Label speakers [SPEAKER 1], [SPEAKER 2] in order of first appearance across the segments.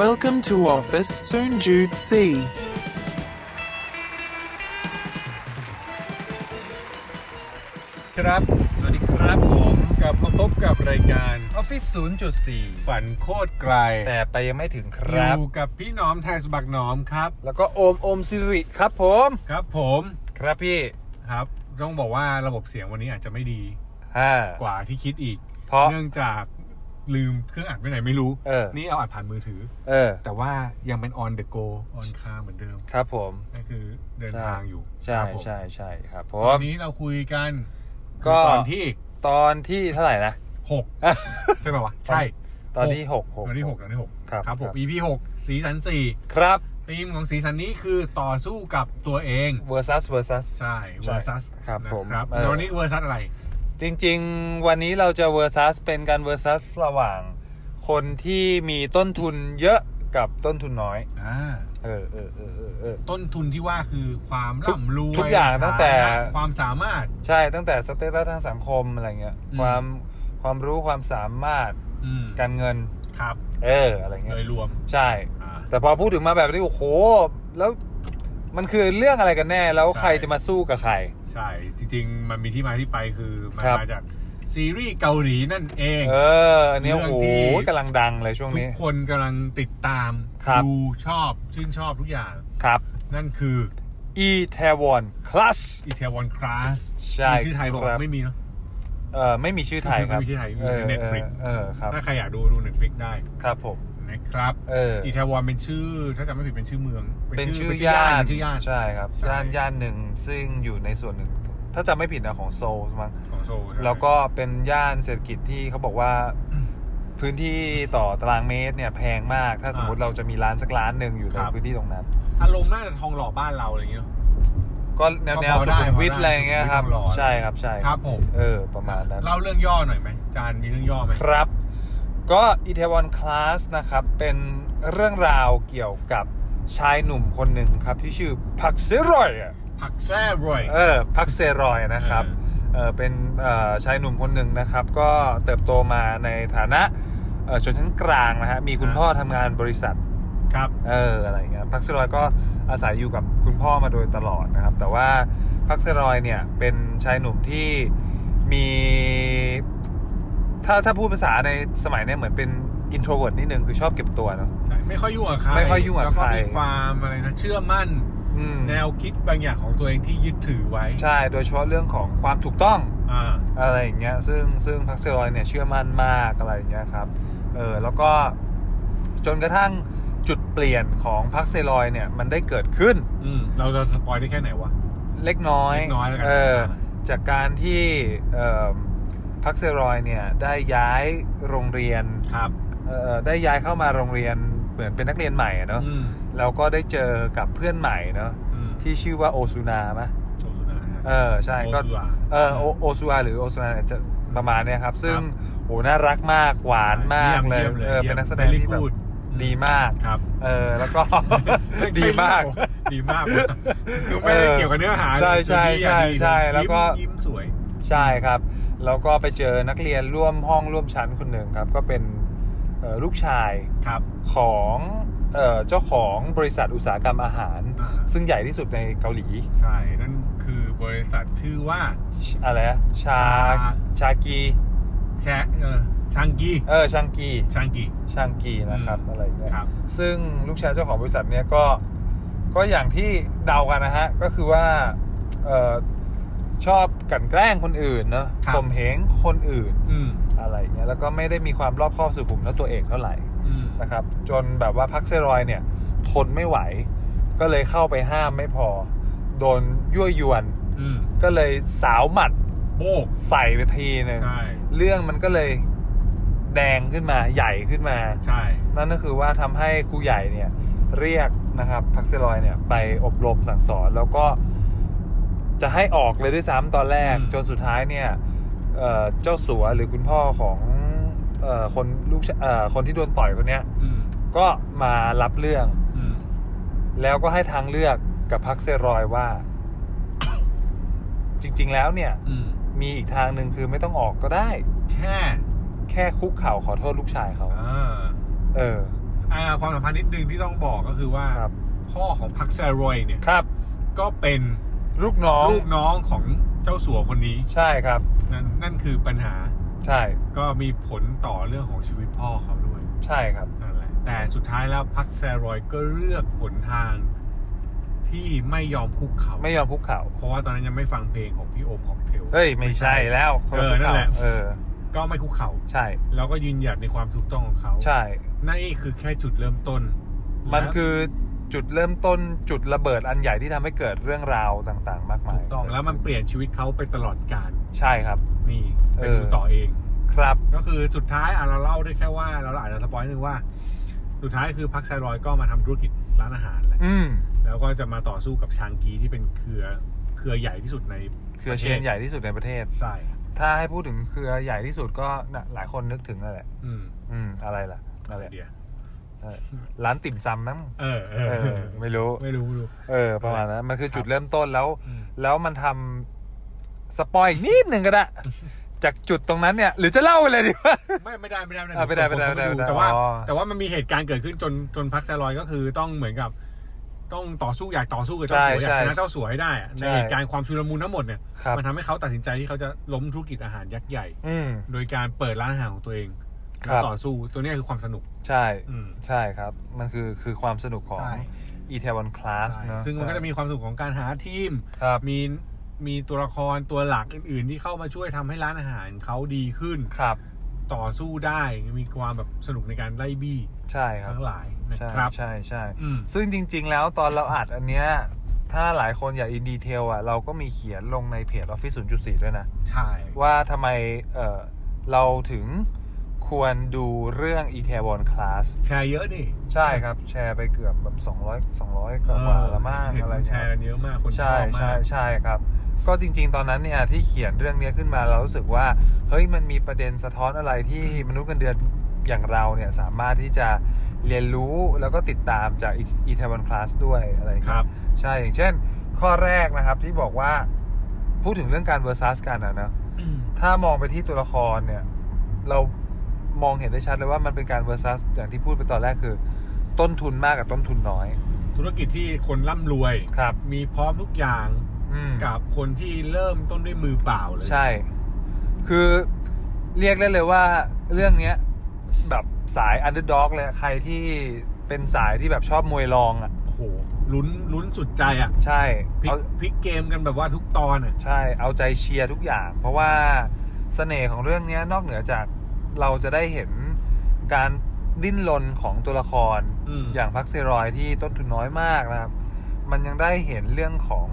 [SPEAKER 1] Welcome to office soon Jude C.
[SPEAKER 2] ครับ สวัสดีครับผมกลับมาพบกับรายการ
[SPEAKER 3] ออฟฟิศ0.4
[SPEAKER 2] ฝันโคตรไกล
[SPEAKER 3] แต่ไปยังไม่ถึงค
[SPEAKER 2] อ
[SPEAKER 3] รับ
[SPEAKER 2] ยู่กับพี่หน้อมแทนสะบักหน้อมครับ
[SPEAKER 3] แล้วก็โอมโอมซิริครับผม
[SPEAKER 2] ครับผม
[SPEAKER 3] ครับพี่
[SPEAKER 2] ครับ ต้องบอกว่าระบบเสียงวันนี้อาจจะไม่ดี
[SPEAKER 3] ฮ่าก
[SPEAKER 2] ว่าที่คิดอีก
[SPEAKER 3] เพราะ
[SPEAKER 2] เนื่องจากลืมเครื่องอัดไว้ไหนไม่รู้
[SPEAKER 3] เออ
[SPEAKER 2] นี่เอาอัดผ่านมือถือ
[SPEAKER 3] เออ
[SPEAKER 2] แต่ว่ายังเป็น on the go on car เหมือนเดิม
[SPEAKER 3] ครับผม
[SPEAKER 2] นั่นคือเดิน
[SPEAKER 3] ใช่
[SPEAKER 2] ทางอยู่
[SPEAKER 3] ใช่
[SPEAKER 2] ครับผม
[SPEAKER 3] ใช่ใช่ครับผ
[SPEAKER 2] ตอ
[SPEAKER 3] ม
[SPEAKER 2] นนี้เราคุยกัน
[SPEAKER 3] ก็
[SPEAKER 2] ตอนที่
[SPEAKER 3] ตอนที่เท่าไหร่นะ
[SPEAKER 2] หกใช่ไหมวะใช่
[SPEAKER 3] ตอน
[SPEAKER 2] หก
[SPEAKER 3] ที่หกหก
[SPEAKER 2] ตอนที่หกตอนที่หก
[SPEAKER 3] ครับ
[SPEAKER 2] ครับผม EP หกสีสันสี่
[SPEAKER 3] ครับ
[SPEAKER 2] ธีมของสีสันนี้คือต่อสู้กับตัวเอง
[SPEAKER 3] versus versus
[SPEAKER 2] ใช่ versus
[SPEAKER 3] ครับ
[SPEAKER 2] นะ
[SPEAKER 3] ผม
[SPEAKER 2] ครับ
[SPEAKER 3] เออ
[SPEAKER 2] แล้ววันนี้ versus อะไร
[SPEAKER 3] จริงๆ วันนี้เราจะ versus เป็นการ versus ระหว่าง คนที่มีต้นทุนเยอะกับต้นทุนน้อย
[SPEAKER 2] อ่า
[SPEAKER 3] เออเออเออเออเออ
[SPEAKER 2] ต้นทุนที่ว่าคือความ
[SPEAKER 3] ทุก
[SPEAKER 2] ร่ำรวย
[SPEAKER 3] ทุกอย่างตั้งแต่
[SPEAKER 2] ฐานะความสามารถ
[SPEAKER 3] ใช่ตั้งแต่สเตตัสทางสังคมอะไรเงี้ย
[SPEAKER 2] อืม
[SPEAKER 3] ความความรู้ความสามารถ
[SPEAKER 2] อืม
[SPEAKER 3] การเงิน
[SPEAKER 2] ครับ
[SPEAKER 3] เออ อะไรเงี้
[SPEAKER 2] โด
[SPEAKER 3] ย
[SPEAKER 2] ยรวม
[SPEAKER 3] ใช่
[SPEAKER 2] อ่า
[SPEAKER 3] แต่พอพูดถึงมาแบบนี้ โอ้โห แล้วมันคือเรื่องอะไรกันแน่ แล้ว
[SPEAKER 2] ใช่
[SPEAKER 3] ใครจะมาสู้กับใคร
[SPEAKER 2] ใช่ จริง ๆ มันมีที่มาที่ไปคือ มัน
[SPEAKER 3] ครับ
[SPEAKER 2] มาจากซีรีส์เกาหลีนั่นเอง
[SPEAKER 3] เอออันเนี่ย
[SPEAKER 2] เรื่
[SPEAKER 3] โอ้
[SPEAKER 2] อง
[SPEAKER 3] โห
[SPEAKER 2] ที่
[SPEAKER 3] กำลังดังเลยช่วง
[SPEAKER 2] ทุก
[SPEAKER 3] นี้
[SPEAKER 2] คนกำลังติดตาม
[SPEAKER 3] ครับ
[SPEAKER 2] ดู ชอบ ชื่นชอบทุกอย่าง
[SPEAKER 3] ครับ
[SPEAKER 2] นั่นคือ
[SPEAKER 3] e t a w o n Class
[SPEAKER 2] อิตาลีคลาส
[SPEAKER 3] ใช่
[SPEAKER 2] มีชื่อไทยบอก
[SPEAKER 3] ครับ
[SPEAKER 2] ไม่มีเนาะ
[SPEAKER 3] เออไม่มีชื่อไทยครับ
[SPEAKER 2] ไม่มีชื่อไทยมี
[SPEAKER 3] เออ
[SPEAKER 2] ใน Netflix
[SPEAKER 3] เออเออครับ
[SPEAKER 2] ถ้าใครอยากดูดู Netflix ได้
[SPEAKER 3] ครับผม
[SPEAKER 2] นะครับ
[SPEAKER 3] เอออ
[SPEAKER 2] อีทาวอนเป็นชื่อ ถ้าจำไม่ผิดเป็นชื่อเมือง
[SPEAKER 3] เป็นชื่อ
[SPEAKER 2] เป็นชื่อย่
[SPEAKER 3] า
[SPEAKER 2] ย่าน
[SPEAKER 3] น
[SPEAKER 2] เป็นชื่อย่าน
[SPEAKER 3] ใช่ครับ
[SPEAKER 2] ใช่
[SPEAKER 3] ย่านย่านหนึ่งซึ่งอยู่ในส่วนหนึ่ง ถ้าจำไม่ผิดนะของโซลมั้ง
[SPEAKER 2] ของโซลใช่ไหม
[SPEAKER 3] แล้วก็เป็นย่านเศรษฐกิจที่เขาบอกว่า
[SPEAKER 2] อืม
[SPEAKER 3] พื้นที่ต่อตารางเมตรเนี่ยแพงมากถ้าสมมติ
[SPEAKER 2] อ่า
[SPEAKER 3] เราจะมีร้านสักร้านหนึ่งอยู่ใน
[SPEAKER 2] ครับ
[SPEAKER 3] พื้นที่ตรงนั้น
[SPEAKER 2] อารมณ์น่าจะทองหล่อบ้านเราอะไรอย่างเงี้ย
[SPEAKER 3] ก็แนวแนว
[SPEAKER 2] ก็พอ
[SPEAKER 3] สุ
[SPEAKER 2] ได้
[SPEAKER 3] ขุมวิท
[SPEAKER 2] พอได้
[SPEAKER 3] อะไรอย่างเงี้ยครับ
[SPEAKER 2] สุขุมวิททองหล่อ
[SPEAKER 3] ใช่ครับใช่
[SPEAKER 2] ครับผม
[SPEAKER 3] เออประมาณนั้น
[SPEAKER 2] เล่าเรื่องย่อหน่อยไหมจานมีเรื่องย่อไหม
[SPEAKER 3] ครับ ก็อีเทวอนคลาสนะครับ เป็นเรื่องราวเกี่ยวกับชายหนุ่มคนหนึ่งครับ ที่ชื่อพักเซรอยอะ
[SPEAKER 2] ผักแซ่บรอย
[SPEAKER 3] เออพักเซรอยนะครับเออเป็นเอ่อชายหนุ่มคนหนึ่งนะครับ ก็เติบโตมาในฐานะเอ่อชนชั้นกลางนะฮะมีคุณ
[SPEAKER 2] อ่า
[SPEAKER 3] พ่อทำงานบริษัท
[SPEAKER 2] ครับ
[SPEAKER 3] เอออะไรอย่างเงี้ยพักเซรอยก็อาศัยอยู่กับคุณพ่อมาโดยตลอดนะครับ แต่ว่าพักเซรอยเนี่ยเป็นชายหนุ่มที่มีถ้าถ้าพูดภาษาในสมัยเนี่ยเหมือนเป็นอินโทรเวิร์ดนิดนึงคือชอบเก็บตัวเนาะ
[SPEAKER 2] ใช่ ไม่ค่อยยุ่งกับใคร
[SPEAKER 3] ไม่ค่อยยุ่งกับ
[SPEAKER 2] แล้วก็
[SPEAKER 3] ใคร
[SPEAKER 2] มีความอะไรนะ เชื่อมั่น
[SPEAKER 3] อืม
[SPEAKER 2] แนวคิดบางอย่างของตัวเองที่ยึดถือไว้
[SPEAKER 3] ใช่โดยเฉพาะเรื่องของความถูกต้อง
[SPEAKER 2] อ่า
[SPEAKER 3] อะไรอย่างเงี้ยซึ่งซึ่งพักเซรอยเนี่ยเชื่อมั่นมากอะไรอย่างเงี้ยครับเออแล้วก็จนกระทั่งจุดเปลี่ยนของพักเซรอยเนี่ยมันได้เกิดขึ้น
[SPEAKER 2] อืม เราจะสปอยได้แค่ไหนวะ
[SPEAKER 3] เล็กน้อย
[SPEAKER 2] เล็กน้อยแล้วกัน
[SPEAKER 3] เออจากการที่เอ่อพักเซรอยเนี่ยได้ย้ายโรงเรียน
[SPEAKER 2] ครับ
[SPEAKER 3] เอ่อได้ย้ายเข้ามาโรงเรียนเหมือนเป็นนักเรียนใหม่อะเนาะ
[SPEAKER 2] อืม
[SPEAKER 3] แล้วก็ได้เจอกับเพื่อนใหม่เนาะ
[SPEAKER 2] อืม
[SPEAKER 3] ที่ชื่อว่าโอซูนามะ
[SPEAKER 2] โอซุนะ
[SPEAKER 3] เออใช่
[SPEAKER 2] โอ
[SPEAKER 3] ก็
[SPEAKER 2] ซุนะ
[SPEAKER 3] เออโอโอซูอาหรือโอซูอาเนี่ยจะประมาณเนี้ยครับ ซึ่ง
[SPEAKER 2] ครับ
[SPEAKER 3] โหน่ารักมากหวานมากเลย
[SPEAKER 2] ม
[SPEAKER 3] เออเป็นนักแสดงที่แบบดีมาก
[SPEAKER 2] ครับ
[SPEAKER 3] เออแล้วก็ ดีมาก
[SPEAKER 2] ดีมากวะคือไม่ได้เกี่ยวกับเนื้อหา
[SPEAKER 3] ใช่ใช่
[SPEAKER 2] คือพี่อะดี
[SPEAKER 3] ใช่ใช่แล้วก็
[SPEAKER 2] ยิ้มยิ้มสวย
[SPEAKER 3] ใช่ครับ แล้วก็ไปเจอนักเรียนร่วมห้องร่วมชั้นคนหนึ่งครับ ก็เป็นเอ่อลูกชาย
[SPEAKER 2] ครับ
[SPEAKER 3] ของเอ่อเจ้าของบริษัทอุตสาหกรรมอาหาร
[SPEAKER 2] อ่า
[SPEAKER 3] ซึ่งใหญ่ที่สุดในเกาหลี
[SPEAKER 2] ใช่ นั่นคือบริษัทชื่อว่า
[SPEAKER 3] อะไรนะชา
[SPEAKER 2] ชา
[SPEAKER 3] ชากี
[SPEAKER 2] แชเออชังกี
[SPEAKER 3] เออชังกี
[SPEAKER 2] ชังกี
[SPEAKER 3] ชังกีนะครับอะไรอย่างเงี้ย
[SPEAKER 2] ครับ
[SPEAKER 3] ซึ่งลูกชายเจ้าของบริษัทเนี่ยก็ก็อย่างที่เดากันนะฮะ ก็คือว่าเออชอบกลันแกล้งคนอื่นเนาะ
[SPEAKER 2] ครับ
[SPEAKER 3] ข่มเหงคนอื่น
[SPEAKER 2] อืม
[SPEAKER 3] อะไรเงี้ยแล้วก็ไม่ได้มีความรอบคอบสุขุมและตัวเองเท่าไหร่
[SPEAKER 2] อืม
[SPEAKER 3] นะครับ จนแบบว่าพักเซรอยเนี่ยทนไม่ไหว ก็เลยเข้าไปห้ามไม่พอ โดนยั่วยวน
[SPEAKER 2] อืม
[SPEAKER 3] ก็เลยสาวหมัด
[SPEAKER 2] โบก
[SPEAKER 3] ใส่ไปทีหนึ่ง
[SPEAKER 2] ใช่
[SPEAKER 3] เรื่องมันก็เลยแดงขึ้นมาใหญ่ขึ้นมา
[SPEAKER 2] ใช่
[SPEAKER 3] นั่นก็คือว่าทำให้ครูใหญ่เนี่ยเรียกนะครับพักเซลอยเนี่ยไปอบรมสั่งสอนแล้วก็จะให้ออกเลยด้วยซ้ำตอนแรก จนสุดท้ายเนี่ยเอ่อเจ้าสัวหรือคุณพ่อของเอ่อคนลูกชเอ่อคนที่โดนต่อยคนเนี้ย
[SPEAKER 2] อืม
[SPEAKER 3] ก็มารับเรื่อง
[SPEAKER 2] อืม
[SPEAKER 3] แล้วก็ให้ทางเลือกกับพักเซลอยว่า จริง ๆ แล้วเนี่ย
[SPEAKER 2] อืม
[SPEAKER 3] มีอีกทางหนึ่งคือไม่ต้องออกก็ได้
[SPEAKER 2] แค่
[SPEAKER 3] แค่คุกเข่าขอโทษลูกชายเขา
[SPEAKER 2] อ่า
[SPEAKER 3] เออ
[SPEAKER 2] โถ อ่าความสัมพันธ์นิดนึงที่ต้องบอกก็คือว่า
[SPEAKER 3] ครับ
[SPEAKER 2] พ่อของพักแซรอยเนี่ย
[SPEAKER 3] ครับ
[SPEAKER 2] ก็เป็น
[SPEAKER 3] ลูกน้อง
[SPEAKER 2] ลูกน้องของเจ้าสัวคนนี้
[SPEAKER 3] ใช่ครับ
[SPEAKER 2] นั่นนั่นคือปัญหา
[SPEAKER 3] ใช่
[SPEAKER 2] ก็มีผลต่อเรื่องของชีวิตพ่อเขาด้วย
[SPEAKER 3] ใช่ครับ
[SPEAKER 2] นั่นแหละแต่สุดท้ายแล้วพักแซรอยก็เลือกหนทางที่ไม่ยอมคุกเขา
[SPEAKER 3] ไม่ยอมคุกเข่า
[SPEAKER 2] เพราะว่าตอนนั้นยังไม่ฟังเพลงของพี่โอมของเทล
[SPEAKER 3] เฮ้ย ไม่ใช่แล้วค
[SPEAKER 2] เออนั่นแหละ
[SPEAKER 3] เออ
[SPEAKER 2] ก็ไม่คุกเขา
[SPEAKER 3] ใช่
[SPEAKER 2] แล้วก็ยืนหยัดในความถูกต้องของเขา
[SPEAKER 3] ใช่
[SPEAKER 2] นั่นคือแค่จุดเริ่มต้น
[SPEAKER 3] มัน
[SPEAKER 2] และ
[SPEAKER 3] คือจุดเริ่มต้นจุดระเบิดอันใหญ่ที่ทำให้เกิดเรื่องราวต่างๆ มากมาย
[SPEAKER 2] ถูกต้องแล้วมันเปลี่ยนชีวิตเขาไปตลอดกาล
[SPEAKER 3] ใช่ครับ
[SPEAKER 2] นี่ไป
[SPEAKER 3] เออ
[SPEAKER 2] ดูต่อเอง
[SPEAKER 3] ครับ
[SPEAKER 2] ก็คือสุดท้ายอ่ะเราเล่าได้แค่ว่าเราอาจจะสปอยนิดนึงว่า สุดท้ายคือพักไซรอยก็มาทำธุรกิจร้านอาหารแหละ
[SPEAKER 3] อืม
[SPEAKER 2] แล้วก็จะมาต่อสู้กับชางกีที่เป็นเครือเครือใหญ่ที่สุดใน
[SPEAKER 3] เครือเชนใหญ่ที่สุดในประเทศ
[SPEAKER 2] ใช่
[SPEAKER 3] ถ้าให้พูดถึงเครือใหญ่ที่สุดก็น่ะหลายคนนึกถึงนั่นแหละ
[SPEAKER 2] อืม
[SPEAKER 3] อืม อะไรล่ะนั่นแหละ
[SPEAKER 2] ไอเดีย
[SPEAKER 3] เออร้านติ่มซำมั้ง
[SPEAKER 2] เออเอ
[SPEAKER 3] เอ
[SPEAKER 2] อ
[SPEAKER 3] อ ไม่รู้
[SPEAKER 2] ไม่รู้ไม่รู้
[SPEAKER 3] เออ ประมาณนั้นมันคือ
[SPEAKER 2] ครับ
[SPEAKER 3] จุดเริ่มต้นแล้ว
[SPEAKER 2] อืม
[SPEAKER 3] แล้วมันทำสปอยอีกนิดหนึ่ง ก็ได้ จากจุดตรงนั้นเนี่ย หรือจะเล่าไปเลยดีวะ
[SPEAKER 2] ไม่ไม่ได้ไม่ได้ไม่
[SPEAKER 3] อ่ะไม่ได้ไม่ได้
[SPEAKER 2] ผมก็
[SPEAKER 3] ไม่ได้
[SPEAKER 2] แต่ว่า
[SPEAKER 3] อ๋อ
[SPEAKER 2] แต่ว่ามันมีเหตุการณ์เกิดขึ้นจนจนพักไซรอยก็คือต้องเหมือนกับ ต้องต่อสู้อยากต่อสู้กับเจ้าสัวอยากชนะเจ้าสัวให้ได้อ่ะในเหตุการณ์ความชุลมุนทั้งหมดเนี่ย
[SPEAKER 3] ครับ
[SPEAKER 2] มันทำให้เขาตัดสินใจที่เขาจะล้มธุรกิจอาหารยักษ์ใหญ่
[SPEAKER 3] อืม
[SPEAKER 2] โดยการเปิดร้านอาหารของตัวเอง
[SPEAKER 3] ครับ
[SPEAKER 2] แล้วต่อสู้ตัวเนี้ยคือความสนุก
[SPEAKER 3] ใช่
[SPEAKER 2] อืม
[SPEAKER 3] ใช่ครับ มันคือคือความสนุกของ อีเทวอนคลาส
[SPEAKER 2] ใช่
[SPEAKER 3] เนอะ
[SPEAKER 2] ซึ่งมันก็จะมีความสนุกของการหาทีม
[SPEAKER 3] ครับ
[SPEAKER 2] มีมีตัวละครตัวหลักอื่น ๆ ที่เข้ามาช่วยทำให้ร้านอาหารเขาดีขึ้น
[SPEAKER 3] ครับ
[SPEAKER 2] ต่อสู้ได้ มีความแบบสนุกในการไล่บี้
[SPEAKER 3] ใช่ครับ
[SPEAKER 2] ทั้งหลายนะ
[SPEAKER 3] ใช่
[SPEAKER 2] ครับ
[SPEAKER 3] ใช่ใช่
[SPEAKER 2] อืม
[SPEAKER 3] ซึ่งจริง ๆ แล้วตอนเราอัดอันเนี้ย ถ้าหลายคนอยากอินดีเทลอ่ะ เราก็มีเขียนลงในเพจ Office 0.4 ด้วยนะ
[SPEAKER 2] ใช่
[SPEAKER 3] ว่าทำไมเออเราถึงควรดูเรื่อง e t a w o n Class
[SPEAKER 2] แชร์เยอะนี่
[SPEAKER 3] ใช่ครับ แชร์ไปเกือบแบบ 200 200กว่าๆละมาก
[SPEAKER 2] เห็น
[SPEAKER 3] อะไร
[SPEAKER 2] แช
[SPEAKER 3] เงี้ย
[SPEAKER 2] ร์กันเยอะมากคนช
[SPEAKER 3] ใช่
[SPEAKER 2] อบ
[SPEAKER 3] ใช่
[SPEAKER 2] มาก
[SPEAKER 3] ใช่ครับ ก็จริง ๆ ตอนนั้นเนี่ยที่เขียนเรื่องเนี้ยขึ้นมาเรารู้สึกว่าเฮ้ยมันมีประเด็นสะท้อนอะไรที่มนุษย์เงินเดือนอย่างเราเนี่ยสามารถที่จะเรียนรู้แล้วก็ติดตามจากอีเทวันคลาสด้วยอะไรอย่าง
[SPEAKER 2] ค
[SPEAKER 3] เงี้ย
[SPEAKER 2] รับ
[SPEAKER 3] ใช่อย่างเช่น ข้อแรกนะครับที่บอกว่าพูดถึงเรื่องการเวอร์ซัสกันนะเนอะถ้ามองไปที่ตัวละครเนี่ย เรามองเห็นได้ชัดเลยว่ามันเป็นการเวอร์ซัสอย่างที่พูดไปตอนแรกคือ ต้นทุนมากกับต้นทุนน้อย
[SPEAKER 2] ธุรกิจที่คนร่ำรวย
[SPEAKER 3] ครับ
[SPEAKER 2] มีพร้อมทุกอย่าง
[SPEAKER 3] อืม
[SPEAKER 2] กับคนที่เริ่มต้นด้วยมือเปล่าเลย
[SPEAKER 3] ใช่ คือเรียกได้เลยว่าเรื่องเนี้ยแบบสายอันเดอร์ด็อกเลยใครที่เป็นสายที่แบบชอบมวยรองอ่ะ
[SPEAKER 2] โอ้โห ลุ้นลุ้นสุดใจอ่ะ
[SPEAKER 3] ใช่
[SPEAKER 2] พลิก
[SPEAKER 3] เอา
[SPEAKER 2] พลิกเกมกันแบบว่าทุกตอนอ่ะ
[SPEAKER 3] ใช่เอาใจเชียร์ทุกอย่าง เพราะว่าเสน่ห์ของเรื่องเนี้ยนอกเหนือจากเราจะได้เห็นการดิ้นรนของตัวละคร
[SPEAKER 2] อืม
[SPEAKER 3] อย่างพักเซรอยที่ต้นทุนน้อยมากนะครับ มันยังได้เห็นเรื่องของ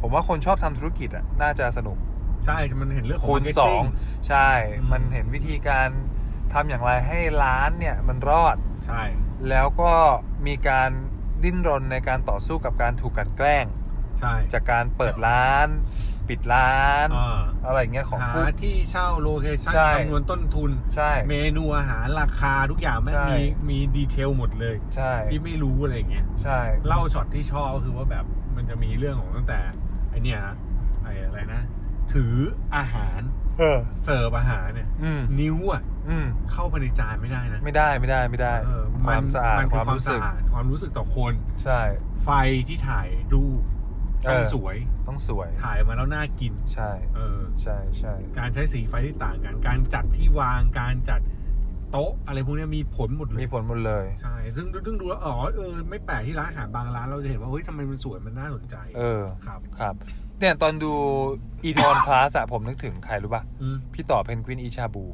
[SPEAKER 3] ผมว่าคนชอบทำธุรกิจอ่ะน่าจะสนุก
[SPEAKER 2] ใช่มันเห็นเรื่องของ
[SPEAKER 3] คูณ
[SPEAKER 2] marketing
[SPEAKER 3] สองใช่
[SPEAKER 2] อืม
[SPEAKER 3] มันเห็นวิธีการทำอย่างไรให้ร้านเนี่ยมันรอด
[SPEAKER 2] ใช่
[SPEAKER 3] แล้วก็มีการดิ้นรนในการต่อสู้กับการถูกกลันแกล้ง
[SPEAKER 2] ใช่
[SPEAKER 3] จากการเปิดร้าน ปิดร้าน
[SPEAKER 2] อ่า
[SPEAKER 3] อะไรอย่างเงี้ยของ
[SPEAKER 2] หา
[SPEAKER 3] ผู้
[SPEAKER 2] ที่เช่าโลเคชั่น
[SPEAKER 3] ใช่
[SPEAKER 2] จำนวนต้นทุน
[SPEAKER 3] ใช่
[SPEAKER 2] เมนูอาหารราคาทุกอย่างแม่ง
[SPEAKER 3] ใช่
[SPEAKER 2] มีมีดีเทลหมดเลย
[SPEAKER 3] ใช่
[SPEAKER 2] ที่ไม่รู้อะไรอย่างเงี้ย
[SPEAKER 3] ใช่
[SPEAKER 2] เล่าช็อตที่ชอบก็คือว่าแบบมันจะมีเรื่องของตั้งแต่ไอเนี่ยฮะไออะไรนะ ถืออาหาร
[SPEAKER 3] เออ
[SPEAKER 2] เสิร์ฟอาหารเนี่ย
[SPEAKER 3] อืม
[SPEAKER 2] นิ้วอ่ะ
[SPEAKER 3] อืม
[SPEAKER 2] เข้าไปในจานไม่ได้นะ
[SPEAKER 3] ไม่ได้ไม่ได้ไม่ได้
[SPEAKER 2] เออ
[SPEAKER 3] ความสะอาด
[SPEAKER 2] มัน
[SPEAKER 3] ค
[SPEAKER 2] คือ
[SPEAKER 3] วา
[SPEAKER 2] ค
[SPEAKER 3] ม
[SPEAKER 2] วาม
[SPEAKER 3] รู้
[SPEAKER 2] สะ
[SPEAKER 3] สึก
[SPEAKER 2] อาดความรู้สึกต่อคน
[SPEAKER 3] ใช่
[SPEAKER 2] ไฟที่ถ่ายรูป
[SPEAKER 3] เอ
[SPEAKER 2] ต้อ
[SPEAKER 3] อ
[SPEAKER 2] งสวย
[SPEAKER 3] ต้องสวย
[SPEAKER 2] ถ่ายมาแล้วน่ากิน
[SPEAKER 3] ใช่
[SPEAKER 2] เออ
[SPEAKER 3] ใช่ใช่
[SPEAKER 2] การใช้สีไฟที่ต่างกัน การจัดที่วางการจัดโต๊ะ อะไรพวกเนี้ยมีผลหมดเล
[SPEAKER 3] มี
[SPEAKER 2] ย
[SPEAKER 3] ผลหมดเลย
[SPEAKER 2] ใช่ซึ่งซึ่งดูแล้วอ๋อเออไม่แปลกที่ร้านอาหารบางร้านเราจะเห็นว่าเฮ้ยทำไมมันสวยมันน่าสนใจ
[SPEAKER 3] เออ
[SPEAKER 2] ครับ
[SPEAKER 3] ครับเนี่ยตอนดูอีทอนคลาสอะผมนึกถึงใครรู้ป่ะ
[SPEAKER 2] อืม
[SPEAKER 3] พี่ต่อเพนกวินอีชาบู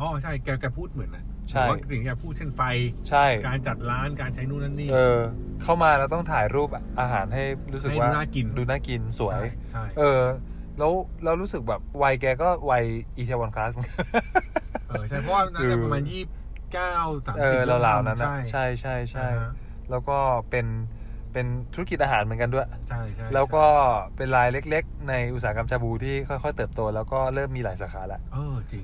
[SPEAKER 2] อ๋อใช่แกแกพูดเหมือนนะ
[SPEAKER 3] ใช่
[SPEAKER 2] แต่ว่าสิ่งที่แกพูดเช่นไฟ
[SPEAKER 3] ใช่
[SPEAKER 2] การจัดร้านการใช้นู่นนั่นนี่
[SPEAKER 3] เออเข้ามาแล้วต้องถ่ายรูปอาหารให้รู้สึก
[SPEAKER 2] ให้
[SPEAKER 3] ว่า
[SPEAKER 2] ดูน่ากิน
[SPEAKER 3] ดูน่ากินสวย
[SPEAKER 2] ใช่ใช่
[SPEAKER 3] เออ แล้วเรารู้สึกแบบวัยแกก็วัยอีเทวอนคลาส
[SPEAKER 2] เออใช่เพราะว่าน่าจะประมาณยี่สิบเก้าสาม
[SPEAKER 3] เอ
[SPEAKER 2] สิบ
[SPEAKER 3] อราวๆนั้นนะ
[SPEAKER 2] ใช่
[SPEAKER 3] ใช่ใช่ใช่
[SPEAKER 2] อ่าฮะ
[SPEAKER 3] แล้วก็เป็น เป็นธุรกิจอาหารเหมือนกันด้วย
[SPEAKER 2] ใช่ใช่
[SPEAKER 3] แล้วก็เป็นรายเล็ก ๆ ในอุตสาหกรรมชาบูที่ค่อยๆเติบโต แล้วก็เริ่มมีหลายสาขาแล้ว
[SPEAKER 2] เออจ ริง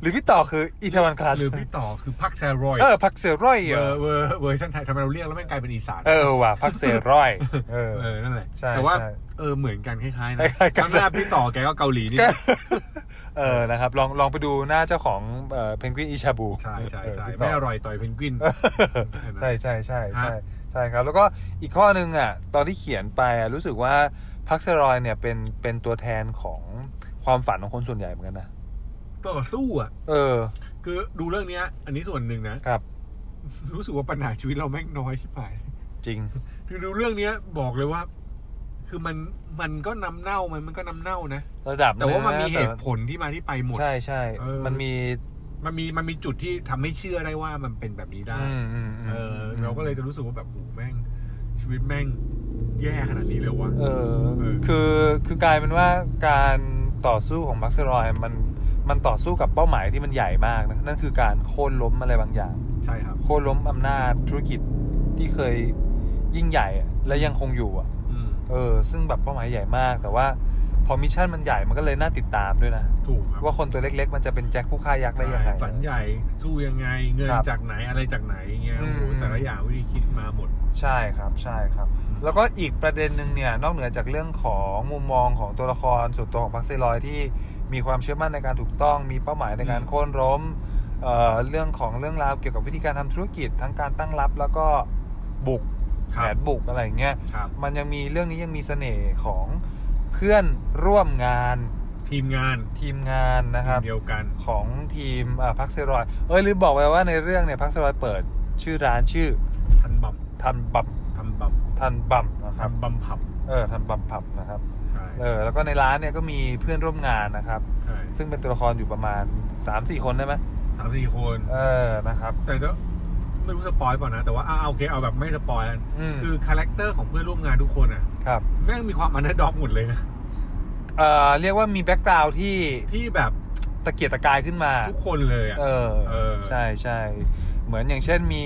[SPEAKER 3] หรือพี่ต่อคืออีทวันคลาส
[SPEAKER 2] หรือพี่ต่อคือพักแซรอย
[SPEAKER 3] เออพักเซลร้อยเหร
[SPEAKER 2] เวอ
[SPEAKER 3] อ
[SPEAKER 2] ร์เวอร์เวอร์ชันไทยทำไมเราเรียกแล้วแม่งกลายเป็นอีสาน
[SPEAKER 3] เออว่ะพักเซลร้อยเออ
[SPEAKER 2] เออ นั่นแหละ
[SPEAKER 3] ใช่
[SPEAKER 2] แต่ว่า
[SPEAKER 3] ใช่
[SPEAKER 2] เออ เหมือนกันคล้ายๆนะ
[SPEAKER 3] คล้ายๆกัน
[SPEAKER 2] จำหน้าพี่ต่อแกก็เกาหลีนี่
[SPEAKER 3] ก็เออนะครับลองลองไปดูหน้าเจ้าของเพนกวินอิชาบู
[SPEAKER 2] ใช่ใช่ใช่ไม่อร่อยต่อยเพนกวิน
[SPEAKER 3] ใช่ใช่ใช่ใช่ใช่ครับ แล้วก็อีกข้อหนึ่งอ่ะ ตอนที่เขียนไปอ่ะรู้สึกว่าพักเซรอยเนี่ยเป็นเป็นตัวแทนของความฝันของคนส่วนใหญ่เหมือนกันนะ
[SPEAKER 2] ต่อสู้อ่ะ
[SPEAKER 3] เออ
[SPEAKER 2] คือดูเรื่องเนี้ย อันนี้ส่วนหนึ่งนะ
[SPEAKER 3] ครับ
[SPEAKER 2] รู้สึกว่าปัญหาชีวิตเราแม่งน้อยที่ไป
[SPEAKER 3] จริง
[SPEAKER 2] คือดูเรื่องเนี้ยบอกเลยว่า คือมัน มันก็นำเน่า มันมันก็นำเน่านะ
[SPEAKER 3] ระดับ
[SPEAKER 2] แต่ว่ามันมีเห
[SPEAKER 3] แต่
[SPEAKER 2] ตุผลที่มาที่ไปหมด
[SPEAKER 3] ใช่ใช่
[SPEAKER 2] เออ
[SPEAKER 3] มันมี
[SPEAKER 2] มันมี มันมีจุดที่ทำให้เชื่อได้ว่ามันเป็นแบบนี้ได้
[SPEAKER 3] อืมอืมม
[SPEAKER 2] เออ เราก็เลยจะรู้สึกว่าแบบโหแม่ง ชีวิตแม่งแย่ขนาดนี้เลยวะ
[SPEAKER 3] เออ
[SPEAKER 2] เออ
[SPEAKER 3] คือคือกลายเป็นว่าการต่อสู้ของมักเซรอยมันมันต่อสู้กับเป้าหมายที่มันใหญ่มากนะนั่นคือการโค่นล้มอะไรบางอย่าง
[SPEAKER 2] ใช่ครับ
[SPEAKER 3] โค่นล้มอำนาจธุรกิจที่เคยยิ่งใหญ่อะและยังคงอยู่อ่ะ
[SPEAKER 2] อืม
[SPEAKER 3] เออ ซึ่งแบบเป้าหมายใหญ่มาก แต่ว่าพอมิชชั่นมันใหญ่มันก็เลยน่าติดตามด้วยนะ
[SPEAKER 2] ถูกครับ
[SPEAKER 3] ว่าคนตัวเล็ก ๆ มันจะเป็นแจ็คผู้ฆ่ายักษ์ได้ยังไง
[SPEAKER 2] ใช่ฝันใหญ่สู้ยังไง เงิน
[SPEAKER 3] ครับ
[SPEAKER 2] จากไหนอะไรจากไหนเงี้ย
[SPEAKER 3] อื
[SPEAKER 2] โอ้
[SPEAKER 3] ม
[SPEAKER 2] โหแต่ละอย่างวิธีคิดมาหมด
[SPEAKER 3] ใช่ครับใช่ครับ แล้วก็อีกประเด็นหนึ่งเนี่ยนอกเหนือจากเรื่องของมุมมองของตัวละครส่วนตัวของพักเซลอยที่มีความเชื่อมั่นในการถูกต้อง มีเป้าหมายในการ
[SPEAKER 2] อืม
[SPEAKER 3] โค่นล้มเอ่อเรื่องของเรื่องราวเกี่ยวกับวิธีการทำธุรกิจทั้งการตั้งรับ แล้วก็บุก
[SPEAKER 2] ค
[SPEAKER 3] แผ
[SPEAKER 2] รับ
[SPEAKER 3] นบุกอะไรอย่างเงี้ย
[SPEAKER 2] ครับ
[SPEAKER 3] มันยังมีเรื่องนี้ยังมีเสน่ห์ของเพื่อนร่วมงาน
[SPEAKER 2] ทีมงาน
[SPEAKER 3] ทีมงานนะค
[SPEAKER 2] ที
[SPEAKER 3] รับ
[SPEAKER 2] มเดียวกัน
[SPEAKER 3] ของทีมอ่าพักเซลอยเอ้ยลืมบอกไปว่าในเรื่องเนี่ยพักเซลอยเปิดชื่อร้านชื่อ
[SPEAKER 2] ทันบัม
[SPEAKER 3] ทันบัม
[SPEAKER 2] ทันบัม
[SPEAKER 3] ทันบัมนะค
[SPEAKER 2] ทั
[SPEAKER 3] รับ
[SPEAKER 2] นบัมผับ
[SPEAKER 3] เออทำบัมผับนะครับ
[SPEAKER 2] ใช่
[SPEAKER 3] เออ แล้วก็ในร้านเนี่ยก็มีเพื่อนร่วมงานนะครับ
[SPEAKER 2] ใช่
[SPEAKER 3] ซึ่งเป็นตัวละครอยู่ประมาณ 3 4 คนได้ไหม
[SPEAKER 2] สามสี่คน
[SPEAKER 3] เออ นะครับ
[SPEAKER 2] แต่ก็ไม่รู้สปอยเปล่านะ แต่ว่าอ่าโอเคเอาแบบไม่สปอยแล้ว
[SPEAKER 3] อืม
[SPEAKER 2] คือคาแรคเตอร์ของเพื่อนร่วมงานทุกคนอ่ะ
[SPEAKER 3] ครับ
[SPEAKER 2] แม่งมีความอันเดอร์ด็อกหมดเลยนะ
[SPEAKER 3] เออเรียกว่ามีแบ็กกราวด์ที่
[SPEAKER 2] ที่แบบ
[SPEAKER 3] ตะเกียกตะกายขึ้นมา
[SPEAKER 2] ทุกคนเลยอ่ะ
[SPEAKER 3] เออ
[SPEAKER 2] เออ
[SPEAKER 3] ใช่ใช่ เหมือนอย่างเช่นมี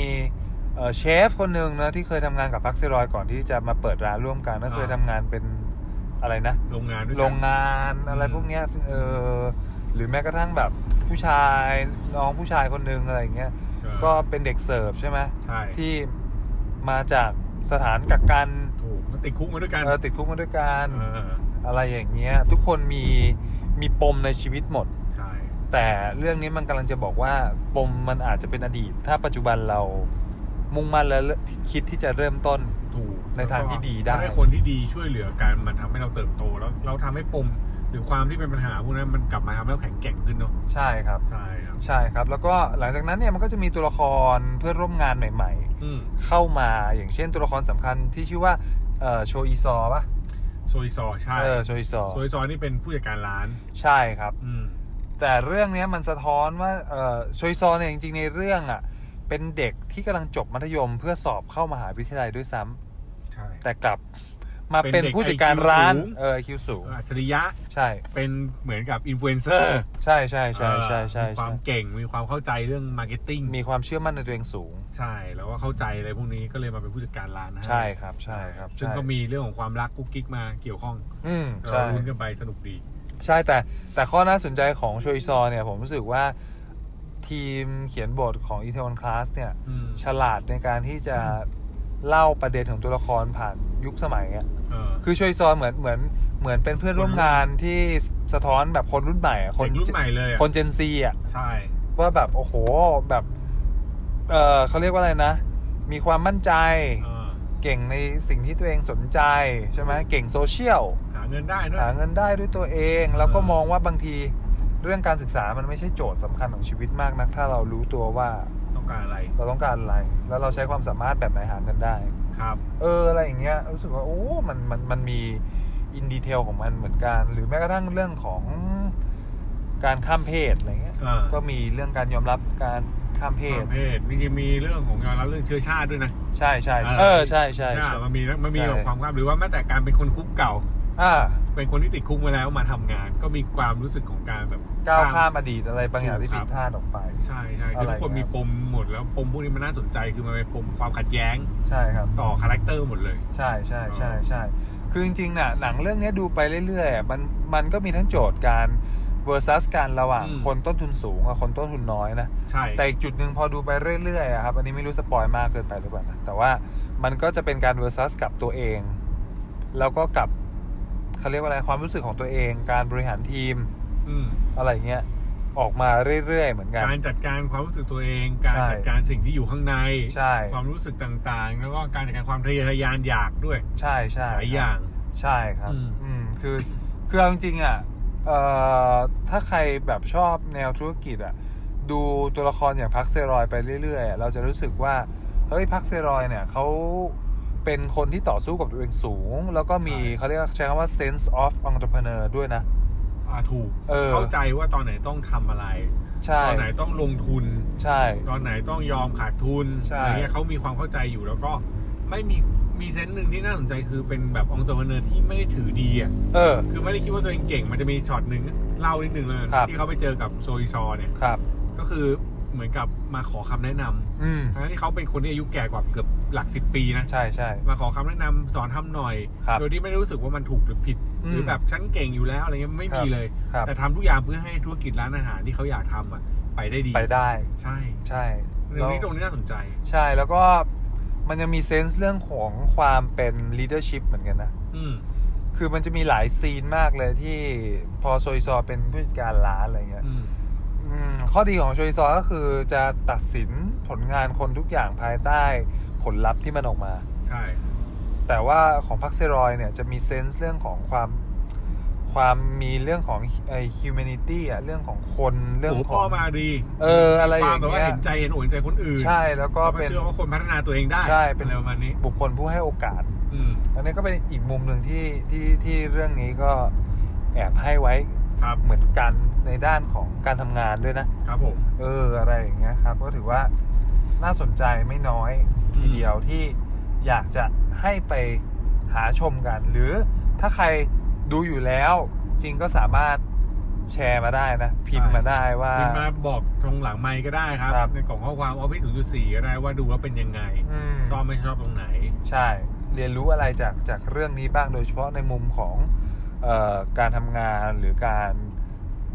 [SPEAKER 3] เอ่อเชฟคนหนึ่งนะที่เคยทำงานกับพักเซรอยก่อนที่จะมาเปิดร้านร่วมกันก็เคยทำงานเป็นอะไรนะ
[SPEAKER 2] โรงงานด้วยกัน
[SPEAKER 3] โรงงานอะไร
[SPEAKER 2] อืม
[SPEAKER 3] พวกเนี้ยเออ หรือแม้กระทั่งแบบผู้ชายน้องผู้ชายคนหนึงอะไรอย่างเงี้ย ก็เป็นเด็กเสิร์ฟใช่ไหม
[SPEAKER 2] ใช่
[SPEAKER 3] ที่มาจากสถานกักกัน
[SPEAKER 2] ถูกมันติดคุกมาด้วยกัน
[SPEAKER 3] เออติดคุกมาด้วยกัน
[SPEAKER 2] เออ
[SPEAKER 3] อะไรอย่างเงี้ย ทุกคนมีมีปมในชีวิตหมด
[SPEAKER 2] ใช่
[SPEAKER 3] แต่เรื่องนี้มันกำลังจะบอกว่าปมมันอาจจะเป็นอดีต ถ้าปัจจุบันเรามุ่งมั่นและเลิคิดที่จะเริ่มต้น
[SPEAKER 2] ถูก
[SPEAKER 3] ในทางที่ดีได้
[SPEAKER 2] แล้วก็ให้คนที่ดีช่วยเหลือกันมันทำให้เราเติบโตแล้วเราทำให้ปมหรือความที่เป็นปัญหาพวกนั้นมันกลับมาทำให้เราแข็งแกร่งขึ้นเนาะ
[SPEAKER 3] ใช่ครับ
[SPEAKER 2] ใช่ครับ
[SPEAKER 3] ใช่ครับ แล้วก็หลังจากนั้นเนี่ยมันก็จะมีตัวละครเพื่อนร่วมงานใหม่
[SPEAKER 2] อืม
[SPEAKER 3] ๆ เข้ามาอย่างเช่นตัวละครสำคัญที่ชื่อว่าเอ่อโชอีซอปะ
[SPEAKER 2] โซยซอใช่
[SPEAKER 3] เออโชอีซอ
[SPEAKER 2] โซยซอนี่เป็นผู้จัดการร้าน
[SPEAKER 3] ใช่ครับ
[SPEAKER 2] อืม
[SPEAKER 3] แต่เรื่องเนี้ยมันสะท้อนว่าเอ่อชอยซอนเนี่ยจริงๆในเรื่องอ่ะ เป็นเด็กที่กำลังจบมัธยมเพื่อสอบเข้ามหาวิทยาลัยด้วยซ้ำ
[SPEAKER 2] ใช่
[SPEAKER 3] แต่กลับมา
[SPEAKER 2] เป็
[SPEAKER 3] เป็น น
[SPEAKER 2] เด็ก
[SPEAKER 3] ผู้จัดการร้าน
[SPEAKER 2] IQ สูง
[SPEAKER 3] เออคิวสูง
[SPEAKER 2] อัจฉริยะ
[SPEAKER 3] ใช่
[SPEAKER 2] เป็นเหมือนกับอินฟลูเอนเซอร์
[SPEAKER 3] ใช่ใช่ใช่ใช่ใช่
[SPEAKER 2] มีค
[SPEAKER 3] ใช่
[SPEAKER 2] วามเก่งมีความเข้าใจเรื่องมาร์เก็ตติ้ง
[SPEAKER 3] มีความเชื่อมั่นในตัวเองสูง
[SPEAKER 2] ใช่แล้วก็เข้าใจอะไรพวกนี้ก็เลยมาเป็นผู้จัดการร้านห้
[SPEAKER 3] ใช่ครับใช่ครับ
[SPEAKER 2] ซึ่ง
[SPEAKER 3] ใช่
[SPEAKER 2] ก็มีเรื่องของความรักกุ๊กกิ๊กมาเกี่ยวข้อง
[SPEAKER 3] อืม
[SPEAKER 2] เรา
[SPEAKER 3] ใช่
[SPEAKER 2] ลุ้นกันไปสนุกดี
[SPEAKER 3] ใช่แต่แต่ข้อน่าสนใจของโชอิซอเนี่ยผมรู้สึกว่าทีมเขียนบทของอีเทวอนคลาสเนี่ย
[SPEAKER 2] อืม
[SPEAKER 3] ฉลาดในการที่จะเล่าประเด็นของตัวละครผ่านยุคสมัยอะ
[SPEAKER 2] เออ
[SPEAKER 3] คือชวยซอนเหมือนเหมือนเหมือนเป็นเพื่อนร่วมงานที่สะท้อนแบบคนรุ่นใหม่อะคน
[SPEAKER 2] เด็กรุ่นใหม่เลยอะ
[SPEAKER 3] คนเจนซีอ่ะ
[SPEAKER 2] ใช่
[SPEAKER 3] ว่าแบบโอ้โหแบบเออเขาเรียกว่าอะไรนะ มีความมั่นใจ
[SPEAKER 2] เออ
[SPEAKER 3] เก่งในสิ่งที่ตัวเองสนใจใช่ไหมเก่งโซเชียล
[SPEAKER 2] หาเงินได้เนอะ
[SPEAKER 3] หาเงินได้ด้วยตัวเอง แล้วก็
[SPEAKER 2] เออ
[SPEAKER 3] มองว่าบางทีเรื่องการศึกษามันไม่ใช่โจทย์สำคัญของชีวิตมากนัก ถ้าเรารู้ตัวว่า
[SPEAKER 2] ต้องการอะไร
[SPEAKER 3] เราต้องการอะไร แล้วเราใช้ความสามารถแบบไหนหาเงินได้
[SPEAKER 2] ครับ
[SPEAKER 3] เอออะไรอย่างเงี้ยรู้สึกว่าโอ้มันมันมันมีอินดีเทลของมันเหมือนกัน หรือแม้กระทั่งเรื่องของการข้ามเพศอะไรเงี้ย
[SPEAKER 2] อ่า
[SPEAKER 3] ก็มีเรื่องการยอมรับการข้ามเพ
[SPEAKER 2] เพ
[SPEAKER 3] ศ
[SPEAKER 2] ศเพศจริงๆมีเรื่องของยอมรับเรื่องเชื้อชาติด้วยนะ
[SPEAKER 3] ใช่ใช่ใช่เออใช่ใช่
[SPEAKER 2] ใช่
[SPEAKER 3] ใช่
[SPEAKER 2] มันมีมันมี
[SPEAKER 3] ใช่
[SPEAKER 2] แบบความความหรือว่าแม้แต่การเป็นคนคุกเก่า
[SPEAKER 3] อ่า
[SPEAKER 2] เป็นคนที่ติดคุกมาแล้วมาทำงาน ก็มีความรู้สึกของการแบบ
[SPEAKER 3] ก้าวข้าม
[SPEAKER 2] ม
[SPEAKER 3] อดีตอะไรบางอย่างที่
[SPEAKER 2] ครั
[SPEAKER 3] ผิ
[SPEAKER 2] บ
[SPEAKER 3] ดพลาดออกไป
[SPEAKER 2] ใช่ใช่คือ
[SPEAKER 3] อะ
[SPEAKER 2] ทุ
[SPEAKER 3] ไร
[SPEAKER 2] กคน
[SPEAKER 3] ครับ
[SPEAKER 2] มีปมหมดแล้วปมพวกนี้มันน่าสนใจคือมันเป็นปมความขัดแย้ง
[SPEAKER 3] ใช่ครับ
[SPEAKER 2] ต่อคาแรคเตอร์หมดเลย
[SPEAKER 3] ใช่ใช่ใช่ใช่คือจริงๆน่ะหนังเรื่องเนี้ยดูไปเรื่อยๆอ่ะมันมันก็มีทั้งโจทย์การ versus การระหว่าง
[SPEAKER 2] อืม
[SPEAKER 3] คนต้นทุนสูงกับคนต้นทุนน้อยนะ
[SPEAKER 2] ใช่
[SPEAKER 3] แต่อีกจุดหนึ่งพอดูไปเรื่อยๆอะครับ อันนี้ไม่รู้สปอยมากเกินไปหรือเปล่านะแต่ว่ามันก็จะเป็นการ versus กับตัวเอง แล้วก็กับเขาเรียกว่าอะไรความรู้สึกของตัวเอง การบริหารทีม
[SPEAKER 2] อืม
[SPEAKER 3] อะไรเงี้ยออกมาเรื่อยๆเหมือนกัน
[SPEAKER 2] การจัดการความรู้สึกตัวเอง การ
[SPEAKER 3] ใช่
[SPEAKER 2] จัดการสิ่งที่อยู่ข้างใน
[SPEAKER 3] ใช่
[SPEAKER 2] ความรู้สึกต่างๆ แล้วก็การจัดการความทะเยอทะยานอยากด้วย
[SPEAKER 3] ใช่ใช่
[SPEAKER 2] หลายอย่าง
[SPEAKER 3] ใช่ครับ
[SPEAKER 2] อืม
[SPEAKER 3] อืม คือ คือเอาจริงๆอ่ะ เอ่อ ถ้าใครแบบชอบแนวธุรกิจอ่ะ ดูตัวละครอย่างพักเซรอยไปเรื่อยๆอะเราจะรู้สึกว่า เฮ้ยพักเซรอยเนี่ยเขาเป็นคนที่ต่อสู้กับตัวเองสูง แล้วก็มีเขาเรียกใช้คำว่า sense of entrepreneur ด้วยนะ
[SPEAKER 2] อ่าถูก
[SPEAKER 3] เออ
[SPEAKER 2] เข้าใจว่าตอนไหนต้องทำอะไร
[SPEAKER 3] ใช่
[SPEAKER 2] ตอนไหนต้องลงทุน
[SPEAKER 3] ใช่
[SPEAKER 2] ตอนไหนต้องยอมขาดทุน
[SPEAKER 3] ใช่
[SPEAKER 2] อะไรเงี้ยเขามีความเข้าใจอยู่แล้วก็ไม่มีมีเซนส์หนึ่งที่น่าสนใจคือเป็นแบบองค์ตัวเนิร์ที่ไม่ได้ถือดีอ่ะ
[SPEAKER 3] เออ
[SPEAKER 2] คือไม่ได้คิดว่าตัวเองเก่งมันจะมีช็อตหนึ่งเล่านิดหนึ่งเลย
[SPEAKER 3] ครับ
[SPEAKER 2] ที่เขาไปเจอกับโซอิซอเนี่ย
[SPEAKER 3] ครับ
[SPEAKER 2] ก็คือเหมือนกับมาขอคำแนะนำ
[SPEAKER 3] อืม
[SPEAKER 2] ทั้งที่เขาเป็นคนที่อายุแก่กว่าเกือบหลักสิบปีนะ
[SPEAKER 3] ใช่ใช่
[SPEAKER 2] มาขอคำแนะนำสอนทำหน่อย
[SPEAKER 3] ครับ
[SPEAKER 2] โดยที่ไม่ได้รู้สึกว่ามันถูกหรือผิด
[SPEAKER 3] อืม
[SPEAKER 2] หรือแบบฉันเก่งอยู่แล้วอะไรเงี้ยไม่
[SPEAKER 3] ครับ
[SPEAKER 2] มีเลย
[SPEAKER 3] ครับ
[SPEAKER 2] แต่ทำทุกอย่างเพื่อให้ธุรกิจร้านอาหารที่เขาอยากทำอ่ะไปได้ดี
[SPEAKER 3] ไปได้
[SPEAKER 2] ใช่
[SPEAKER 3] ใช่
[SPEAKER 2] เรื่องนี้ตรงนี้น่าสนใจ
[SPEAKER 3] ใช่ แล้วก็มันยังมีเซนส์เรื่องของความเป็น leadership เหมือนกันนะ
[SPEAKER 2] อืม
[SPEAKER 3] คือมันจะมีหลายซีนมากเลยที่พอโชยซอเป็นผู้จัดการร้านอะไรเงี้ย
[SPEAKER 2] อืม
[SPEAKER 3] อืมข้อดีของโชยซอก็คือจะตัดสินผลงานคนทุกอย่างภายใต้ผลลัพธ์ที่มันออกมา
[SPEAKER 2] ใช่
[SPEAKER 3] แต่ว่าของพักเซรอยเนี่ยจะมีเซนส์เรื่องของความความมีเรื่องของไอฮิวแมนิตี้อะเรื่องของคนเรื่อง
[SPEAKER 2] โอ้
[SPEAKER 3] ข
[SPEAKER 2] พ่
[SPEAKER 3] อ
[SPEAKER 2] อง มาดี
[SPEAKER 3] เอออะไรอ
[SPEAKER 2] ควา
[SPEAKER 3] ย่าม ง
[SPEAKER 2] แบบว่า
[SPEAKER 3] เงี้ย
[SPEAKER 2] เห็นใจเห็นหัวเห็นใจคนอื่น
[SPEAKER 3] ใช่แล้วก็
[SPEAKER 2] ก็
[SPEAKER 3] เป็น
[SPEAKER 2] เชื่อว่าคนพัฒนาตัวเองได้
[SPEAKER 3] ใช่เป็น
[SPEAKER 2] อะไรประมาณนี้
[SPEAKER 3] บุคคลผู้ให้โอกาส
[SPEAKER 2] อืม
[SPEAKER 3] อันนี้ก็เป็นอีกมุมหนึ่งที่ที่ที่เรื่องนี้ก็แอบให้ไว้
[SPEAKER 2] ครับ
[SPEAKER 3] เหมือนกันในด้านของการทำงานด้วยนะ
[SPEAKER 2] ครับผม
[SPEAKER 3] เอออะไรอย่างเงี้ยครับ ก็ถือว่าน่าสนใจไม่น้อย
[SPEAKER 2] อืม
[SPEAKER 3] ทีเดียวที่อยากจะให้ไปหาชมกัน หรือถ้าใครดูอยู่แล้ว จริงก็สามารถแชร์มาได้นะ พิมพ์มาได้ว่า
[SPEAKER 2] พิมพ์มาบอกตรงหลังไมค์ก็ได้ครับ
[SPEAKER 3] ครับ
[SPEAKER 2] ในกล่องข้อความออฟฟิศศูนย์จุดสี่ก็ได้ว่าดูแล้วเป็นยังไง
[SPEAKER 3] อืม
[SPEAKER 2] ชอบไม่ชอบตรงไหน
[SPEAKER 3] ใช่ เรียนรู้อะไรจากจากเรื่องนี้บ้างโดยเฉพาะในมุมของเอ่อการทำงานหรือการ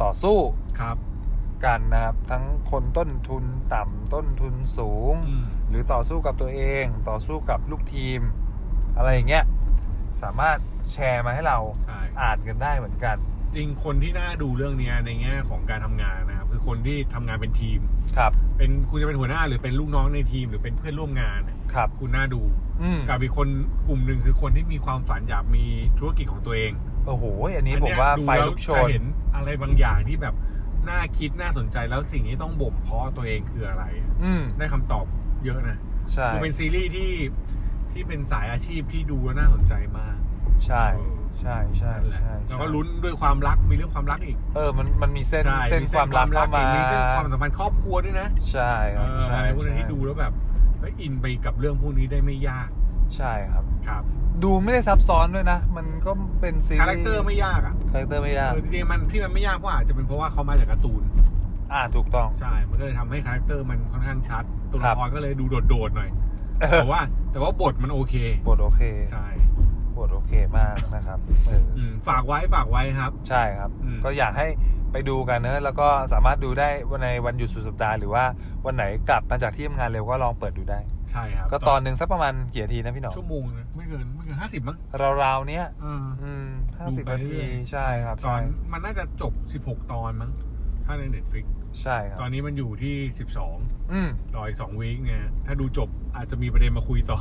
[SPEAKER 3] ต่อสู้
[SPEAKER 2] ครับ
[SPEAKER 3] กันนะครับทั้งคนต้นทุนต่ำต้นทุนสูง
[SPEAKER 2] อืม
[SPEAKER 3] หรือต่อสู้กับตัวเองต่อสู้กับลูกทีม อะไรอย่างเงี้ยสามารถแชร์มาให้เรา
[SPEAKER 2] ใช่
[SPEAKER 3] อ่านกันได้เหมือนกัน
[SPEAKER 2] จริงคนที่น่าดูเรื่องเนี้ยในแง่ของการทำงานนะครับ คือคนที่ทำงานเป็นทีม
[SPEAKER 3] ครับ
[SPEAKER 2] เป็นคุณจะเป็นหัวหน้าหรือเป็นลูกน้องในทีมหรือเป็นเพื่อนร่วมงานเนี่ย
[SPEAKER 3] ครับ
[SPEAKER 2] คุณน่าดู
[SPEAKER 3] อืม
[SPEAKER 2] กับอีกคนกลุ่มหนึ่งคือคนที่มีความฝันอยากมีธุรกิจของตัวเอง
[SPEAKER 3] โอ้โหอันนี้
[SPEAKER 2] อัน
[SPEAKER 3] ผ
[SPEAKER 2] เนี้
[SPEAKER 3] ม
[SPEAKER 2] ย
[SPEAKER 3] ว่า
[SPEAKER 2] ดู
[SPEAKER 3] ไฟ
[SPEAKER 2] แล้ว
[SPEAKER 3] ลุกโช
[SPEAKER 2] จะ
[SPEAKER 3] น
[SPEAKER 2] เห็นอะไรบางอย่างที่แบบน่าคิดน่าสนใจแล้วสิ่งที่ต้องบ่มเพาะตัวเองคืออะไร
[SPEAKER 3] อืม
[SPEAKER 2] ได้คำตอบเยอะนะ
[SPEAKER 3] ใช่
[SPEAKER 2] ดูเป็นซีรีส์ที่ที่เป็นสายอาชีพที่ดูแล้วน่าสนใจมาก
[SPEAKER 3] ใช่
[SPEAKER 2] เออ
[SPEAKER 3] ใช่ใช่
[SPEAKER 2] นั่นแหละ
[SPEAKER 3] ใช่
[SPEAKER 2] แล้วก็
[SPEAKER 3] ใช่
[SPEAKER 2] ลุ้นด้วยความรักมีเรื่องความรักอีก
[SPEAKER 3] เออมันมันมีเส้น
[SPEAKER 2] ใช่
[SPEAKER 3] เส้นความลับเข้ามา
[SPEAKER 2] อีกเรื่องความสัมพันธ์ครอบครัวด้วยนะ
[SPEAKER 3] ใช่ค
[SPEAKER 2] เอ
[SPEAKER 3] รับ
[SPEAKER 2] อ
[SPEAKER 3] ใช่
[SPEAKER 2] อะไรพวกนี้น
[SPEAKER 3] ใช่
[SPEAKER 2] ที่ดูแล้วแบบเฮ้ยอินไปกับเรื่องพวกนี้ได้ไม่ยาก
[SPEAKER 3] ใช่ครับ
[SPEAKER 2] ครับ
[SPEAKER 3] ดูไม่ได้ซับซ้อนด้วยนะ มันก็เป็นซีรีส์
[SPEAKER 2] คาแรคเตอร์ไม่ยากอ่ะ
[SPEAKER 3] คาแรคเตอร์ไม่ยาก
[SPEAKER 2] เออจริงๆมันที่มันไม่ยากเพราะอาจจะเป็นเพราะว่าเขามาจากการ์ตูน
[SPEAKER 3] อ่าถูกต้อง
[SPEAKER 2] ใช่ มันก็เลยทำให้คาแรคเตอร์มันค่อนข้างชัด ตัว
[SPEAKER 3] ครั
[SPEAKER 2] ละ
[SPEAKER 3] บ
[SPEAKER 2] ครก็เลยดูโดดๆหน่อย แต่ว่า แต่ว่าบทมันโอเค
[SPEAKER 3] บทโอเค
[SPEAKER 2] ใช่
[SPEAKER 3] บทโอเคมากนะครับเอออ
[SPEAKER 2] อืมฝากไว้ฝากไว้ครับ
[SPEAKER 3] ใช่ครับ
[SPEAKER 2] อืม
[SPEAKER 3] ก็อยากให้ไปดูกันเนอะแล้วก็สามารถดูได้วันในวันหยุดสุดสัปดาห์หรือว่าวันไหนกลับมาจากที่ทำงานเร็วก็ลองเปิดดูได้
[SPEAKER 2] ใช่ครับ
[SPEAKER 3] ก็ตอนหนึ่งสักประมาณกี่นาทีนะพี่หนอม
[SPEAKER 2] ชั่วโมงนะไม่เกินไม่เกินห้าสิบมั้ง
[SPEAKER 3] ราวๆเนี้ย
[SPEAKER 2] เออ
[SPEAKER 3] อืมห้า
[SPEAKER 2] ดู
[SPEAKER 3] สิบ
[SPEAKER 2] ไป
[SPEAKER 3] นาที
[SPEAKER 2] เรื่ยๆ
[SPEAKER 3] ใช่ครับ
[SPEAKER 2] ตอน
[SPEAKER 3] ใช่
[SPEAKER 2] มันน่าจะจบสิบหกตอนมั้ง ถ้าในเน็ตฟิก
[SPEAKER 3] ใช่ครับ
[SPEAKER 2] ตอนนี้มันอยู่ที่สิบสอง
[SPEAKER 3] อืม
[SPEAKER 2] รออีกสองวีคเนี่ยถ้าดูจบอาจจะมีประเด็นมาคุยต่อ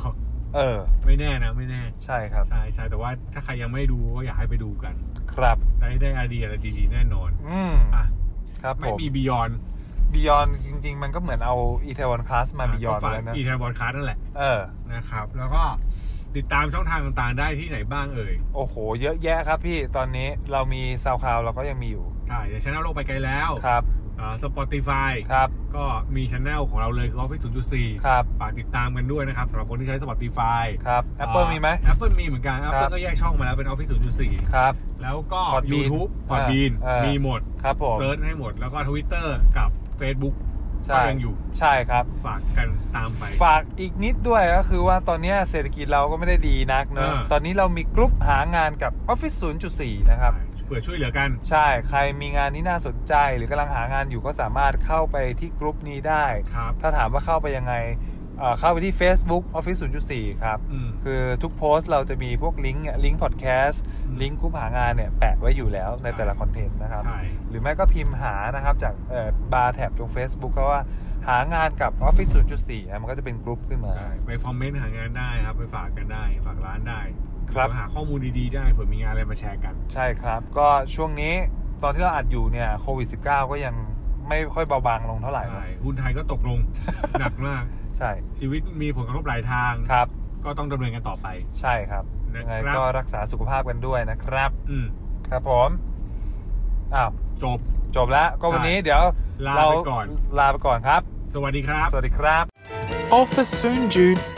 [SPEAKER 3] เออ
[SPEAKER 2] ไม่แน่นะไม่แน่
[SPEAKER 3] ใช่ครับ
[SPEAKER 2] ใช่ใช่แต่ว่าถ้าใครยังไม่ดูก็อยากให้ไปดูกัน
[SPEAKER 3] ครับ
[SPEAKER 2] ได้ได้ไอเดียอะไรดีๆแน่นอน
[SPEAKER 3] อืม
[SPEAKER 2] อ่ะ
[SPEAKER 3] ครับผ
[SPEAKER 2] ไม่
[SPEAKER 3] ม
[SPEAKER 2] มีบียอน
[SPEAKER 3] บิยอนจริง ๆ มันก็เหมือนเอาอีเทวอนคลาสมาบิยอน
[SPEAKER 2] ฝาก
[SPEAKER 3] แล้วนะ
[SPEAKER 2] อีทานบอดคาสนั่นแหละ
[SPEAKER 3] เออ
[SPEAKER 2] นะครับ แล้วก็ติดตามช่องทางต่างๆได้ที่ไหนบ้างเอ่ย
[SPEAKER 3] โอ้โห เยอะแยะครับพี่ ตอนนี้เรามีซาวคลาวเราก็ยังมีอยู่
[SPEAKER 2] ใช่เดี๋ยวชนะโลกไปไกลแล้ว
[SPEAKER 3] ครับ
[SPEAKER 2] เ สปอติฟาย
[SPEAKER 3] ครับ
[SPEAKER 2] ก็มีช anel ของเราเลยคือ Office 0.4
[SPEAKER 3] ครับ
[SPEAKER 2] ฝากติดตามกันด้วยนะครับสำหรับคนที่ใช้ Spotify
[SPEAKER 3] ครับ Apple มีไหม
[SPEAKER 2] Apple มีเหมือนกัน
[SPEAKER 3] ครั
[SPEAKER 2] Apple
[SPEAKER 3] บ
[SPEAKER 2] ก็แยกช่องมาแล้วเป็น Office 0.4
[SPEAKER 3] ครับ
[SPEAKER 2] แล้วก็
[SPEAKER 3] Podbean
[SPEAKER 2] YouTube พอดบีน
[SPEAKER 3] เออเออ
[SPEAKER 2] มีหมด
[SPEAKER 3] ครับผม
[SPEAKER 2] เซิร์ชให้หมดแล้วก็ Twitter กับ Facebook
[SPEAKER 3] ใช่
[SPEAKER 2] ก็ยังอยู่
[SPEAKER 3] ใช่ครับ
[SPEAKER 2] ฝากกันตามไป
[SPEAKER 3] ฝากอีกนิดด้วยก็คือว่าตอนเนี้ยเศรษฐกิจเราก็ไม่ได้ดีนักเนอะ
[SPEAKER 2] อ่า
[SPEAKER 3] ตอนนี้เรามีกลุ่มหางานกับ Office 0.4 นะครับ
[SPEAKER 2] เผื่อช่วยเหลือกัน
[SPEAKER 3] ใช่ ใครมีงานที่น่าสนใจหรือกำลังหางานอยู่ก็สามารถเข้าไปที่กลุ่มนี้ได้
[SPEAKER 2] ครับ
[SPEAKER 3] ถ้าถามว่าเข้าไปยังไงเอ่อเข้าไปที่ Facebook Office 0.4 ครับ
[SPEAKER 2] อืม
[SPEAKER 3] คือทุกโพสต์เราจะมีพวกลิงก์ลิงก์พอดแคสต์
[SPEAKER 2] อืม
[SPEAKER 3] ลิงก์กลุ่มหางานเนี่ยแปะไว้อยู่แล้วในแต่ละคอนเทนต์นะครับ
[SPEAKER 2] ใช่
[SPEAKER 3] หรือไม่ก็พิมพ์หานะครับ จากบาร์แท็บตรง Facebook ก็ว่าหางานกับ Office 0.4นะมันก็จะเป็นกลุ่มขึ้นมา
[SPEAKER 2] ใช่ไปคอมเมนต์หางานได้ครับ ไปฝากกันได้ ฝากร้านได้
[SPEAKER 3] ครับ
[SPEAKER 2] หอหาข้อมูลดีๆได้เผื่อมีงานอะไรมาแชร์กัน
[SPEAKER 3] ใช่ครับ ก็ช่วงนี้ตอนที่เราอัดอยู่เนี่ยโควิด -19 ก็ยังไม่ค่อยเบาบางลงเท่าไหร่
[SPEAKER 2] ใช่
[SPEAKER 3] นะ
[SPEAKER 2] หุ้นไทยก็ต กลง หนักมาก
[SPEAKER 3] ใช่
[SPEAKER 2] ชีวิตมีผลกระทบหลายทาง
[SPEAKER 3] ครับ
[SPEAKER 2] ก็ต้องดำเนินกันต่อไป
[SPEAKER 3] ใช่ครับ
[SPEAKER 2] นะ
[SPEAKER 3] ยังไง
[SPEAKER 2] ครับ
[SPEAKER 3] ก็รักษาสุขภาพกันด้วยนะครับ
[SPEAKER 2] อืม
[SPEAKER 3] ครับผมอ้าว
[SPEAKER 2] จบ
[SPEAKER 3] จบแล้วก็วันนี้เดี๋ยว
[SPEAKER 2] ลา
[SPEAKER 3] เร
[SPEAKER 2] ไปก่อน
[SPEAKER 3] ลาไปก่อนครับ
[SPEAKER 2] สวัสดีครับ
[SPEAKER 3] สวัสดีครับ
[SPEAKER 1] Officer Soon Jude C.